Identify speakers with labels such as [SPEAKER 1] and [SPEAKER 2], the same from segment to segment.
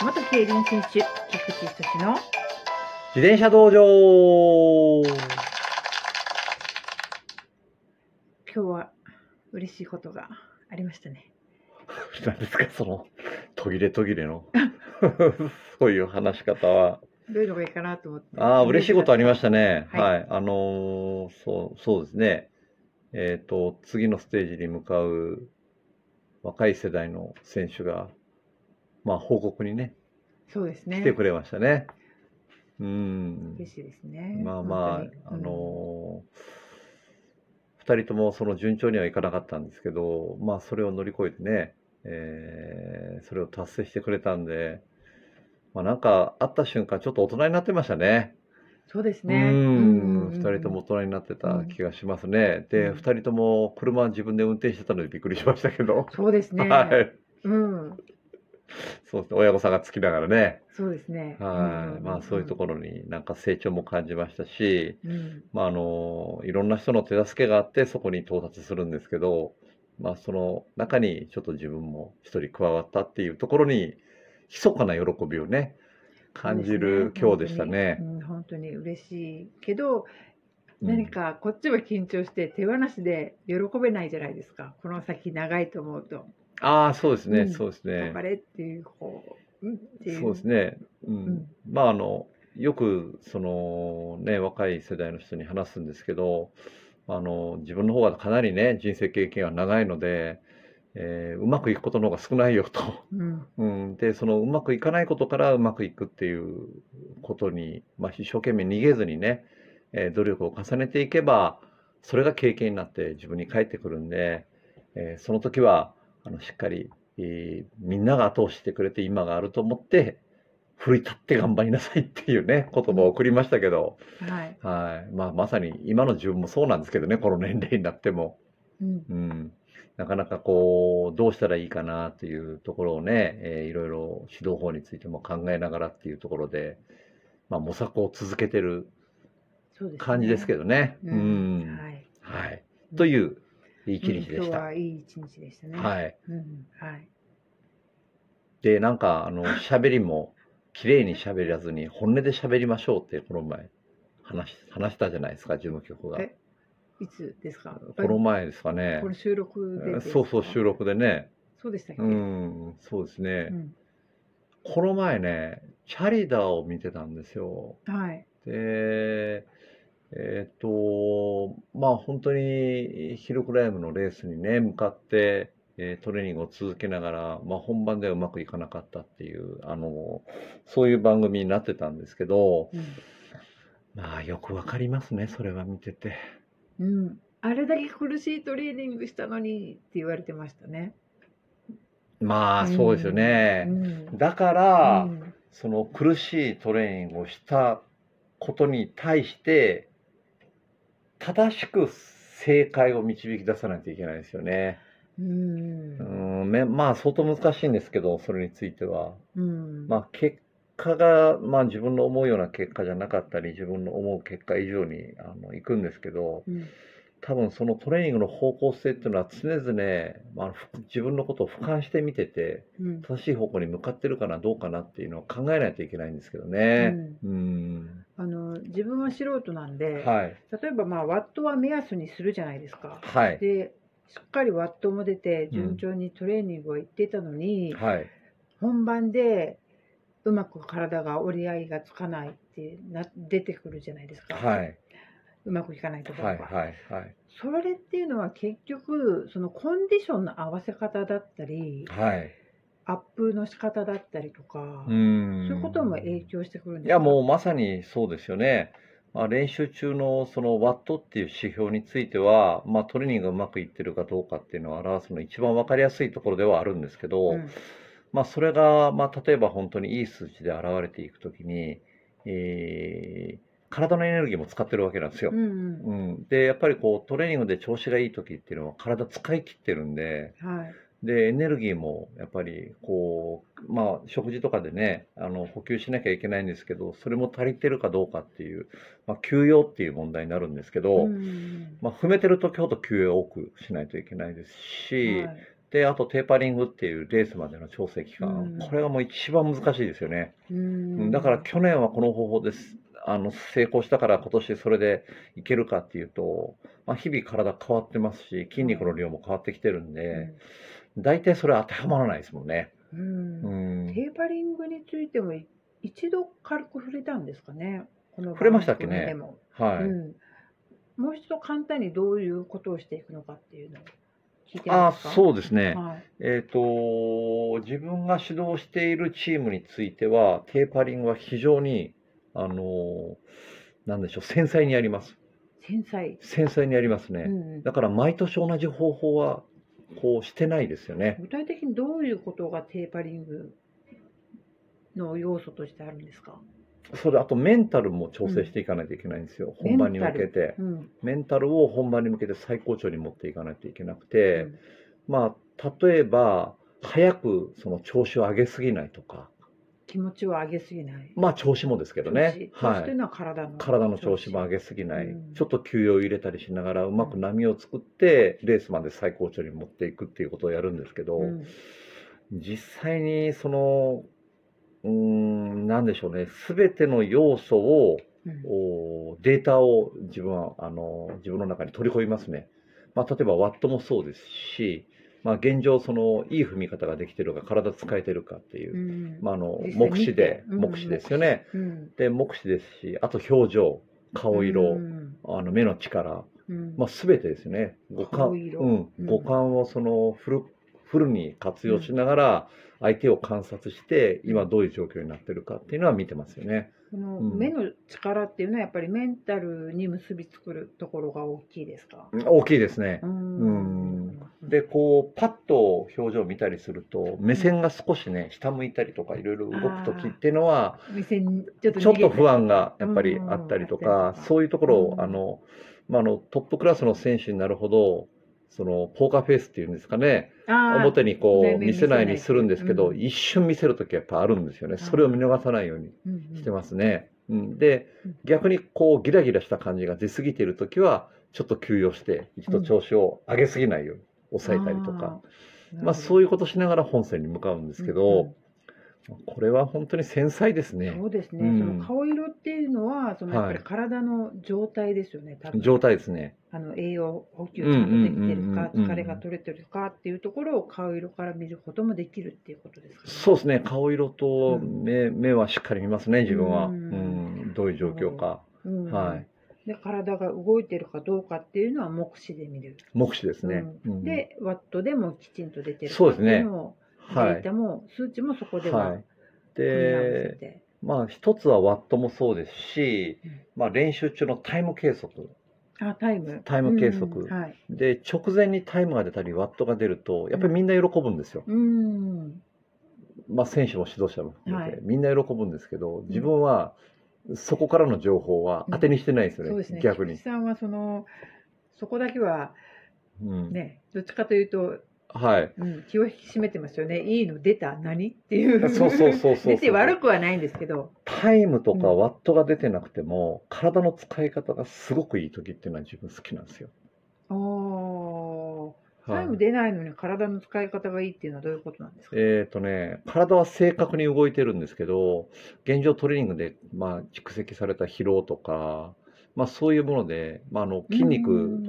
[SPEAKER 1] 元競輪選手、菊池寿の
[SPEAKER 2] 自転車道場
[SPEAKER 1] 今日は嬉しいことがありましたね。
[SPEAKER 2] 何ですかその途切れ途切れの そういう話し方は
[SPEAKER 1] どういうのがいいかなと思って。
[SPEAKER 2] ああ嬉しいことありま
[SPEAKER 1] し
[SPEAKER 2] したね
[SPEAKER 1] はい
[SPEAKER 2] はい、あのーそうそうですねえっ、と次のステージに向かう若い世代の選手がまあ報告にね
[SPEAKER 1] た。そうです
[SPEAKER 2] 来
[SPEAKER 1] ね
[SPEAKER 2] て。くれましたねうん
[SPEAKER 1] 嬉しいですね。
[SPEAKER 2] まあ
[SPEAKER 1] 本
[SPEAKER 2] まあ、あ
[SPEAKER 1] 当に
[SPEAKER 2] のー、2人ともその順調にはいかなかったんですけど、まあ、それを乗り越えてね、えーそれを達成してくれたんで、まあ、なんか会った瞬間、ちょっと大人になってましたね。
[SPEAKER 1] うんそうです
[SPEAKER 2] う
[SPEAKER 1] ね。う
[SPEAKER 2] ん、
[SPEAKER 1] ん
[SPEAKER 2] 2人とも。大人になってた気がしますね。で、
[SPEAKER 1] うん
[SPEAKER 2] 2人とも車自分で運転してたのでびっくりしましたけど、
[SPEAKER 1] そうですね。
[SPEAKER 2] はい、
[SPEAKER 1] うん。
[SPEAKER 2] そうですね、親御さんがつきながらね、
[SPEAKER 1] そうですね。
[SPEAKER 2] はい、まあ、そういうところになんか成長も感じましたし、
[SPEAKER 1] ろ。うん。
[SPEAKER 2] まあ、あのいろんな人の手助けがあってそこに到達するんですけど、まあ、その中にちょっと自分も一人加わったっていうところに密かな喜びをね感じる今日でしたね。
[SPEAKER 1] うん本当に嬉しいけど、
[SPEAKER 2] うん
[SPEAKER 1] 何かこっちは緊張して手放しで喜べないじゃないですか。この先長いと思うと、
[SPEAKER 2] ああそうですね、
[SPEAKER 1] うん
[SPEAKER 2] そうです
[SPEAKER 1] 頑
[SPEAKER 2] ね
[SPEAKER 1] 張。れっていうこう、うんっていう。
[SPEAKER 2] そうですね、うん
[SPEAKER 1] うん
[SPEAKER 2] まああのよくそのね若い世代の人に話すんですけどあの自分の方がかなりね人生経験が長いので、えーうまくいくことの方が少ないよと。
[SPEAKER 1] うん。
[SPEAKER 2] うん、でそのうまくいかないことからうまくいくっていうことに、まあ、一生懸命逃げずにね、えー努力を重ねていけばそれが経験になって自分に返ってくるんで、えーその時はあのしっかり、えーみんなが後押ししてくれて今があると思って奮い立って頑張りなさいっていうね言葉を送りましたけど、
[SPEAKER 1] はい。
[SPEAKER 2] はいまあ、まさに今の自分もそうなんですけどねこの年齢になっても。
[SPEAKER 1] うん。
[SPEAKER 2] うん、なかなかこうどうしたらいいかなというところをね、えーいろいろ指導法についても考えながらっていうところで、まあ、模索を続けてる
[SPEAKER 1] そうですね
[SPEAKER 2] 感じですけどね。
[SPEAKER 1] う
[SPEAKER 2] うんん
[SPEAKER 1] はい。
[SPEAKER 2] はい、といういい
[SPEAKER 1] 一
[SPEAKER 2] 一日でし
[SPEAKER 1] 今
[SPEAKER 2] た。
[SPEAKER 1] 日はいい一日でしたね。い。
[SPEAKER 2] はい、
[SPEAKER 1] うん、はい。
[SPEAKER 2] でなんかあの喋りも綺麗に喋らずに本音で喋りましょうってこの前話し話したじゃないですか事務局が。
[SPEAKER 1] えいつですか。
[SPEAKER 2] この前ですかね
[SPEAKER 1] こ。の収録でですか
[SPEAKER 2] そうそう収。録でね。
[SPEAKER 1] そうでしたっけ。
[SPEAKER 2] う。んそうですね。
[SPEAKER 1] うん、
[SPEAKER 2] この前ね、チャリダーを見てたんですよ。
[SPEAKER 1] はい。
[SPEAKER 2] で、えーっと、まあ本当にヒルクライムのレースにね、向かって、えートレーニングを続けながら、まあ本番ではうまくいかなかったっていう、あの、そういう番組になってたんですけど、
[SPEAKER 1] うん。
[SPEAKER 2] まあよくわかりますね、それは見てて。
[SPEAKER 1] うん。あれだけ苦しいトレーニングしたのにって言われてましたね。
[SPEAKER 2] まあそうですよ
[SPEAKER 1] う
[SPEAKER 2] ね。
[SPEAKER 1] ん。
[SPEAKER 2] だから、
[SPEAKER 1] うん
[SPEAKER 2] その苦しいトレーニングをしたことに対して正しく正解を導き出さないといけないですよね。
[SPEAKER 1] うん
[SPEAKER 2] う。んめまあ相当難しいんですけどそれについては。
[SPEAKER 1] うん。
[SPEAKER 2] まあ、結果が、まあ、自分の思うような結果じゃなかったり自分の思う結果以上にあのいくんですけど
[SPEAKER 1] うん。
[SPEAKER 2] 多分そのトレーニングの方向性っていうのは常々、まあ、ふ自分のことを俯瞰して見てて
[SPEAKER 1] うん。
[SPEAKER 2] 正しい方向に向かってるかなどうかなっていうのを考えないといけないんですけどね。うん
[SPEAKER 1] あの自分は素人なんで、
[SPEAKER 2] はい。
[SPEAKER 1] 例えばまあワットは目安にするじゃないですか。
[SPEAKER 2] はい。
[SPEAKER 1] でしっかりワットも出て
[SPEAKER 2] ん
[SPEAKER 1] 順調にトレーニングを行ってたのに、
[SPEAKER 2] はい。
[SPEAKER 1] 本番でうまく体が折り合いがつかないってな出てくるじゃないですか、
[SPEAKER 2] はい。
[SPEAKER 1] うまくいかないところ
[SPEAKER 2] は
[SPEAKER 1] が、
[SPEAKER 2] い。はい。はい。
[SPEAKER 1] それっていうのは結局そのコンディションの合わせ方だったり
[SPEAKER 2] はい。
[SPEAKER 1] アップの仕方だったりとか、
[SPEAKER 2] う
[SPEAKER 1] そう
[SPEAKER 2] ん。
[SPEAKER 1] いうことも影響してくるん
[SPEAKER 2] い
[SPEAKER 1] です
[SPEAKER 2] や、もうまさにそうですよね。まあ、練習中のそのワットっていう指標については、まあ、トレーニングがうまくいってるかどうかっていうのを表すの一番わかりやすいところではあるんですけど、
[SPEAKER 1] うん
[SPEAKER 2] まあ、それが、まあ、例えば本当にいい数値で現れていくときに、えー体のエネルギーも使ってるわけなんですよ。
[SPEAKER 1] うんうん
[SPEAKER 2] うん、で、やっぱりこう、トレーニングで調子がいいときっていうのは体使い切ってるんで、
[SPEAKER 1] はい
[SPEAKER 2] で、エネルギーもやっぱりこう、まあ、食事とかでね、あの補給しなきゃいけないんですけど、それも足りてるかどうかっていう、まあ、休養っていう問題になるんですけど、
[SPEAKER 1] うんうん
[SPEAKER 2] まあ、踏めてる時ほど休養を多くしないといけないですし、
[SPEAKER 1] はい
[SPEAKER 2] で、あとテーパリングっていうレースまでの調整期
[SPEAKER 1] う
[SPEAKER 2] 間、
[SPEAKER 1] ん
[SPEAKER 2] これがもう一番難しいですよね。
[SPEAKER 1] うん
[SPEAKER 2] だから去年はこの方法です。あの成功したから今年それでいけるかっていうと、まあ、日々体変わってますし筋肉の量も変わってきてるんで、大体それ当てはまらないですもんね。
[SPEAKER 1] うん
[SPEAKER 2] う
[SPEAKER 1] うん
[SPEAKER 2] ん、
[SPEAKER 1] テーパリングについてもい一度軽く触れたんですかね。この
[SPEAKER 2] 触れましたっけね
[SPEAKER 1] 番組でも
[SPEAKER 2] はい、
[SPEAKER 1] うん、もう一度簡単にどういうことをしていくのかっていうのを聞いて
[SPEAKER 2] あ
[SPEAKER 1] ま
[SPEAKER 2] あ
[SPEAKER 1] すか。
[SPEAKER 2] そうですね、
[SPEAKER 1] はい。
[SPEAKER 2] えっ、と自分が指導しているチームについてはテーパリングは非常にあのなんでしょう繊細にやります
[SPEAKER 1] 繊細。
[SPEAKER 2] 繊細にやりますね、
[SPEAKER 1] うんうん
[SPEAKER 2] だから毎年同じ方法はこうしてないですよね
[SPEAKER 1] 具体的にどういうことがテーパリングの要素としてあるんですか。
[SPEAKER 2] それあとメンタルも調整していかないといけないんですよ、本番に向けて
[SPEAKER 1] うん。
[SPEAKER 2] メンタルを本番に向けて最高潮に持っていかないといけなくて、まあ例えば早くその調子を上げすぎないとか
[SPEAKER 1] 気持ちを上げすぎない。
[SPEAKER 2] まあ調子もですけどね、
[SPEAKER 1] 調子
[SPEAKER 2] は
[SPEAKER 1] 調子というのは体の
[SPEAKER 2] 体の調子も上げすぎない、
[SPEAKER 1] うん
[SPEAKER 2] ちょっと休養を入れたりしながらうまく波を作ってレースまで最高潮に持っていくっていうことをやるんですけど、
[SPEAKER 1] うん
[SPEAKER 2] 実際にそのうーん何でしょうね全ての要素を
[SPEAKER 1] うん
[SPEAKER 2] おーデータを自分はあの自分の中に取り込みますね、まあ、例えばワットもそうですし、まあ、現状そのいい踏み方ができてるか体使えてるかっていう
[SPEAKER 1] ん
[SPEAKER 2] う、まあ、あの
[SPEAKER 1] 実際
[SPEAKER 2] 目視で、
[SPEAKER 1] 見てうん
[SPEAKER 2] 目視ですよね、
[SPEAKER 1] うん
[SPEAKER 2] で目視ですしあと表情顔色、
[SPEAKER 1] うん
[SPEAKER 2] あの目の力、
[SPEAKER 1] うん
[SPEAKER 2] まあ、全てですね五感,、う
[SPEAKER 1] 顔色
[SPEAKER 2] ん、
[SPEAKER 1] うん
[SPEAKER 2] 五感をそのフルフルに活用しながら相手を観察して今どういう状況になってるかっていうのは見てますよね。
[SPEAKER 1] この
[SPEAKER 2] うん
[SPEAKER 1] 目の力っていうのはやっぱりメンタルに結びつくるところが大きいですか。
[SPEAKER 2] 大きいですね
[SPEAKER 1] う。ん
[SPEAKER 2] でこうパッと表情を見たりすると目線が少しね下向いたりとかいろいろ動く時っていうのは
[SPEAKER 1] 目線ちょっと
[SPEAKER 2] ちょっと不
[SPEAKER 1] 安。
[SPEAKER 2] 安がやっぱりあったりと
[SPEAKER 1] うん
[SPEAKER 2] か、
[SPEAKER 1] うん
[SPEAKER 2] そういうところを、
[SPEAKER 1] うん
[SPEAKER 2] あの、まあ、あの、トップクラスの選手になるほど、その、ポーカーフェイスっていうんですかね、
[SPEAKER 1] あー
[SPEAKER 2] 表にこ
[SPEAKER 1] 全
[SPEAKER 2] う、
[SPEAKER 1] 面
[SPEAKER 2] 見せないようにするんですけど、
[SPEAKER 1] 見せない
[SPEAKER 2] 一瞬見せるときはやっぱあるんですよね。それを見逃さないように
[SPEAKER 1] うんうん
[SPEAKER 2] してますね。うん、で
[SPEAKER 1] うん、
[SPEAKER 2] 逆にこう、ギラギラした感じが出過ぎているときは、ちょっと休養して、一度調子を上げすぎないように抑えたりとか、まあ、そう
[SPEAKER 1] い
[SPEAKER 2] いうことしながら本戦に向かうんですけど、これは本当に繊細ですね。
[SPEAKER 1] そうですね、
[SPEAKER 2] うん
[SPEAKER 1] その顔色っていうのはそのやっぱり
[SPEAKER 2] はい
[SPEAKER 1] 体の状態ですよね、多分
[SPEAKER 2] 状態ですね。
[SPEAKER 1] あの栄養補給ちゃんとできてるか、
[SPEAKER 2] うんうんうんうんうん
[SPEAKER 1] 疲れが取れてるかっていうところを顔色から見ることもできるっていうことですか、ね、
[SPEAKER 2] そうですね、顔色と
[SPEAKER 1] うん
[SPEAKER 2] 目,、目はしっかり見ますね、自分は。
[SPEAKER 1] う
[SPEAKER 2] うんん、どういう状況か、
[SPEAKER 1] うん
[SPEAKER 2] はい、
[SPEAKER 1] で体が動いてるかどうかっていうのは目視で見る、
[SPEAKER 2] 目視ですね。
[SPEAKER 1] う
[SPEAKER 2] うんん、
[SPEAKER 1] でワットでもきちんと出てるか
[SPEAKER 2] そうですね
[SPEAKER 1] っていのを
[SPEAKER 2] は
[SPEAKER 1] デー
[SPEAKER 2] い、
[SPEAKER 1] タも数値もそこでは
[SPEAKER 2] は
[SPEAKER 1] 組
[SPEAKER 2] い。
[SPEAKER 1] み合わせ
[SPEAKER 2] で、
[SPEAKER 1] て、
[SPEAKER 2] まあ、一つはワットもそうですし
[SPEAKER 1] うん、
[SPEAKER 2] まあ、練習中のタイム計測、
[SPEAKER 1] あタイム
[SPEAKER 2] タイム計測
[SPEAKER 1] うんはい
[SPEAKER 2] で、直前にタイムが出たり、ワットが出ると、やっぱりみんな喜ぶんですよ。
[SPEAKER 1] うん
[SPEAKER 2] まあ、選手も指導者も含めて、
[SPEAKER 1] はい
[SPEAKER 2] みんな喜ぶんですけど、自分はそこからの情報は当てにしてないですよね、
[SPEAKER 1] そうですね
[SPEAKER 2] 逆
[SPEAKER 1] 菊
[SPEAKER 2] に
[SPEAKER 1] 池。さんはそのそこだけは
[SPEAKER 2] うん
[SPEAKER 1] ねどっちかというと、
[SPEAKER 2] はい
[SPEAKER 1] うん、気を引き締めてますよねいいの出た何っていう
[SPEAKER 2] そうそうそ うそうそう
[SPEAKER 1] 出て悪くはないんですけど
[SPEAKER 2] タイムとか
[SPEAKER 1] うん
[SPEAKER 2] ワットが出てなくても、体の使い方がすごくいい時っていうのは自分好きなんですよ。
[SPEAKER 1] おータイ
[SPEAKER 2] は
[SPEAKER 1] ム
[SPEAKER 2] い、
[SPEAKER 1] 出ないのに体の使い方がいいっていうのはどういうことなんですか、
[SPEAKER 2] えっ、とね、体は正確に動いてるんですけど、現状トレーニングで、まあ、蓄積された疲労とか、まあ、そういうもので、まあ、あの筋
[SPEAKER 1] うん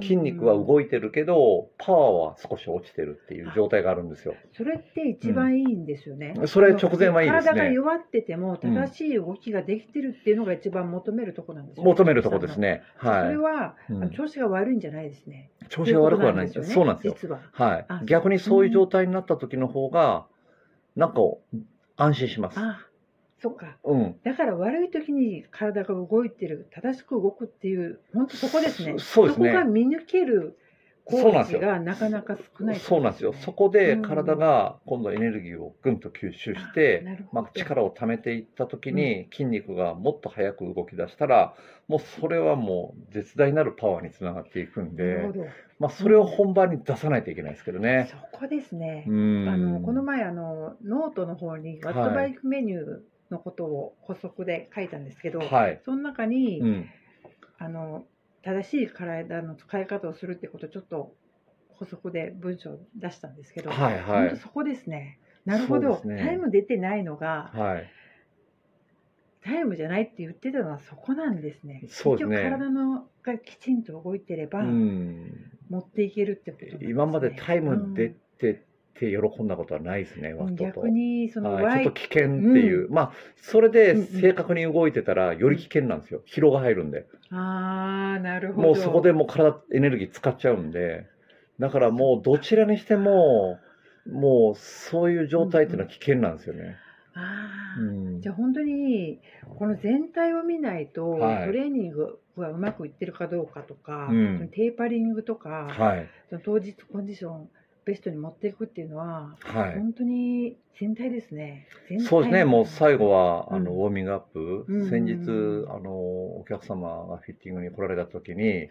[SPEAKER 2] 肉筋肉は動いてるけどパワーは少し落ちてるっていう状態があるんですよ。
[SPEAKER 1] それって一番いいんですよね、
[SPEAKER 2] うんそれ直前はいいですね
[SPEAKER 1] 体が弱ってても正しい動きができてるっていうのが一番求めるとこなんですよ、
[SPEAKER 2] 求めるとこです
[SPEAKER 1] ね
[SPEAKER 2] ね。
[SPEAKER 1] そ
[SPEAKER 2] は
[SPEAKER 1] れ
[SPEAKER 2] い、
[SPEAKER 1] は、あの
[SPEAKER 2] うん
[SPEAKER 1] 調子が悪いんじゃないですね
[SPEAKER 2] 調子が悪くはない
[SPEAKER 1] とうこと
[SPEAKER 2] そうなんですよ。
[SPEAKER 1] 実は
[SPEAKER 2] は
[SPEAKER 1] あ
[SPEAKER 2] い、逆にそういう状態になった時の方が、なんか安心します。
[SPEAKER 1] あそっか
[SPEAKER 2] うん、
[SPEAKER 1] だから悪い時に体が動いてる正しく動くっていう本当そこですね
[SPEAKER 2] そそうですね
[SPEAKER 1] こが見抜ける
[SPEAKER 2] そう
[SPEAKER 1] 工
[SPEAKER 2] なんです
[SPEAKER 1] 事
[SPEAKER 2] よ
[SPEAKER 1] がなかなか少ないって
[SPEAKER 2] そう
[SPEAKER 1] こ
[SPEAKER 2] なん
[SPEAKER 1] と
[SPEAKER 2] です
[SPEAKER 1] よ
[SPEAKER 2] よ
[SPEAKER 1] ね、
[SPEAKER 2] そこで
[SPEAKER 1] うん
[SPEAKER 2] 体が今度エネルギーをぐんと吸収し
[SPEAKER 1] あ
[SPEAKER 2] て、
[SPEAKER 1] なるほど
[SPEAKER 2] まあ、力を溜めていった時に筋肉がもっと早く動き出したら、もうそれはもう絶大なるパワーにつながっていく
[SPEAKER 1] な
[SPEAKER 2] ん
[SPEAKER 1] る
[SPEAKER 2] で
[SPEAKER 1] ほ、ど
[SPEAKER 2] まあ、それを本番に出さないといけないですけどね。
[SPEAKER 1] そこですね、
[SPEAKER 2] うん
[SPEAKER 1] あのこの前あのノートの方にワットバイクメニューのことを補足で書いたんですけど、
[SPEAKER 2] はい、
[SPEAKER 1] その中に、
[SPEAKER 2] うん
[SPEAKER 1] あの正しい体の使い方をするってことをちょっと補足で文章を出したんですけど、
[SPEAKER 2] はいは
[SPEAKER 1] 本当
[SPEAKER 2] い
[SPEAKER 1] そこですね。なるほ
[SPEAKER 2] そうで
[SPEAKER 1] ど、
[SPEAKER 2] すね
[SPEAKER 1] タイム出てないのが、
[SPEAKER 2] はい
[SPEAKER 1] タイムじゃないって言ってたのはそこなんですね。
[SPEAKER 2] そうですね
[SPEAKER 1] 結局体のがきちんと動いてれば、
[SPEAKER 2] うん
[SPEAKER 1] 持っていけるってことなんです、ね。
[SPEAKER 2] 今までタイム出
[SPEAKER 1] うん
[SPEAKER 2] てって喜んだことはないですね、ワットと
[SPEAKER 1] 逆にその
[SPEAKER 2] は
[SPEAKER 1] ワ
[SPEAKER 2] い、
[SPEAKER 1] イ
[SPEAKER 2] ちょっと危険っていう、まあそれで
[SPEAKER 1] うんうん
[SPEAKER 2] 正確に動いてたらより危険なんですよ疲労が入るんで
[SPEAKER 1] ああなるほど。
[SPEAKER 2] もうそこでもう体エネルギー使っちゃうんでだからもうどちらにしてももうそういう状態っていうのは危険なんですよね、
[SPEAKER 1] ああ、
[SPEAKER 2] うん
[SPEAKER 1] じゃあ本当にこの全体を見ないと、
[SPEAKER 2] はい
[SPEAKER 1] トレーニングがうまくいってるかどうかとか、
[SPEAKER 2] うん
[SPEAKER 1] そのテーパリングとか、
[SPEAKER 2] はい
[SPEAKER 1] その当日コンディションベストに持っていくっていうのは、
[SPEAKER 2] はい
[SPEAKER 1] 本当に全体ですね。全体
[SPEAKER 2] そうですねもう最後はあの
[SPEAKER 1] うん
[SPEAKER 2] ウォーミングアップ、
[SPEAKER 1] うん
[SPEAKER 2] 先日
[SPEAKER 1] うん
[SPEAKER 2] あのお客様がフィッティングに来られた時に、
[SPEAKER 1] はい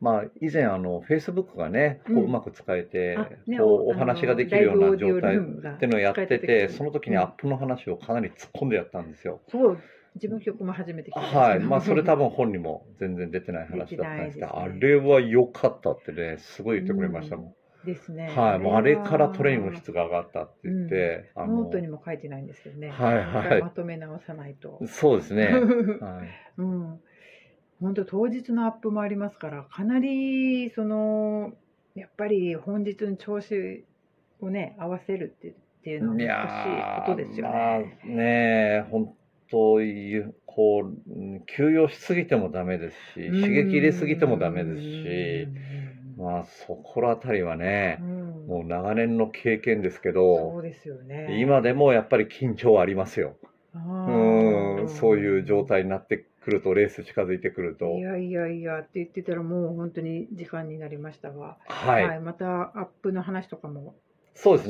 [SPEAKER 2] まあ、以前あの Facebook がねこ
[SPEAKER 1] う
[SPEAKER 2] うんうまく使えて、
[SPEAKER 1] あね
[SPEAKER 2] こうお
[SPEAKER 1] あの
[SPEAKER 2] 話ができるような状
[SPEAKER 1] ライ
[SPEAKER 2] 態
[SPEAKER 1] ブオーディオルームが
[SPEAKER 2] っていうのをやって
[SPEAKER 1] 使え
[SPEAKER 2] て、
[SPEAKER 1] た時
[SPEAKER 2] その時にアップの話をかなり突っ込んでやったんですよ。
[SPEAKER 1] そう自分曲も初めて聞いたんですけど
[SPEAKER 2] はい。まあ、それ多分本にも全然出てない話だったんですけ
[SPEAKER 1] 出
[SPEAKER 2] ど、
[SPEAKER 1] てな
[SPEAKER 2] あ
[SPEAKER 1] いですね
[SPEAKER 2] れは良かったってね、すごい言ってくれましたも
[SPEAKER 1] です
[SPEAKER 2] ん。
[SPEAKER 1] ね。
[SPEAKER 2] はい。もうあれからトレーニングの質が上がったって言って、あ
[SPEAKER 1] ノートにも書いてないんですけどね。
[SPEAKER 2] はいはい
[SPEAKER 1] もう一回まとめ直さないと。
[SPEAKER 2] そうです ね。はい。
[SPEAKER 1] うん。本当当日のアップもありますから、かなりそのやっぱり本日の調子をね合わせるってっていうのはい難し
[SPEAKER 2] や
[SPEAKER 1] い
[SPEAKER 2] ー
[SPEAKER 1] ことですよ
[SPEAKER 2] まあ
[SPEAKER 1] ね。
[SPEAKER 2] ねえ、本当ゆこううん休養しすぎてもダメですし、
[SPEAKER 1] うん
[SPEAKER 2] 刺激入れすぎてもダメですし、、
[SPEAKER 1] うん
[SPEAKER 2] まあそこらあたりはね、
[SPEAKER 1] うん
[SPEAKER 2] もう長年の経験ですけ
[SPEAKER 1] そ
[SPEAKER 2] ど、
[SPEAKER 1] うですよね。
[SPEAKER 2] 今でもやっぱり緊張はありますよ。
[SPEAKER 1] あ
[SPEAKER 2] う
[SPEAKER 1] ー
[SPEAKER 2] ん、そういう状態になってくると、レース近づいてくると
[SPEAKER 1] い。やいやいやって言ってたらもう本当に時間になりましたが、
[SPEAKER 2] はい、
[SPEAKER 1] またアップの話とかも
[SPEAKER 2] そうです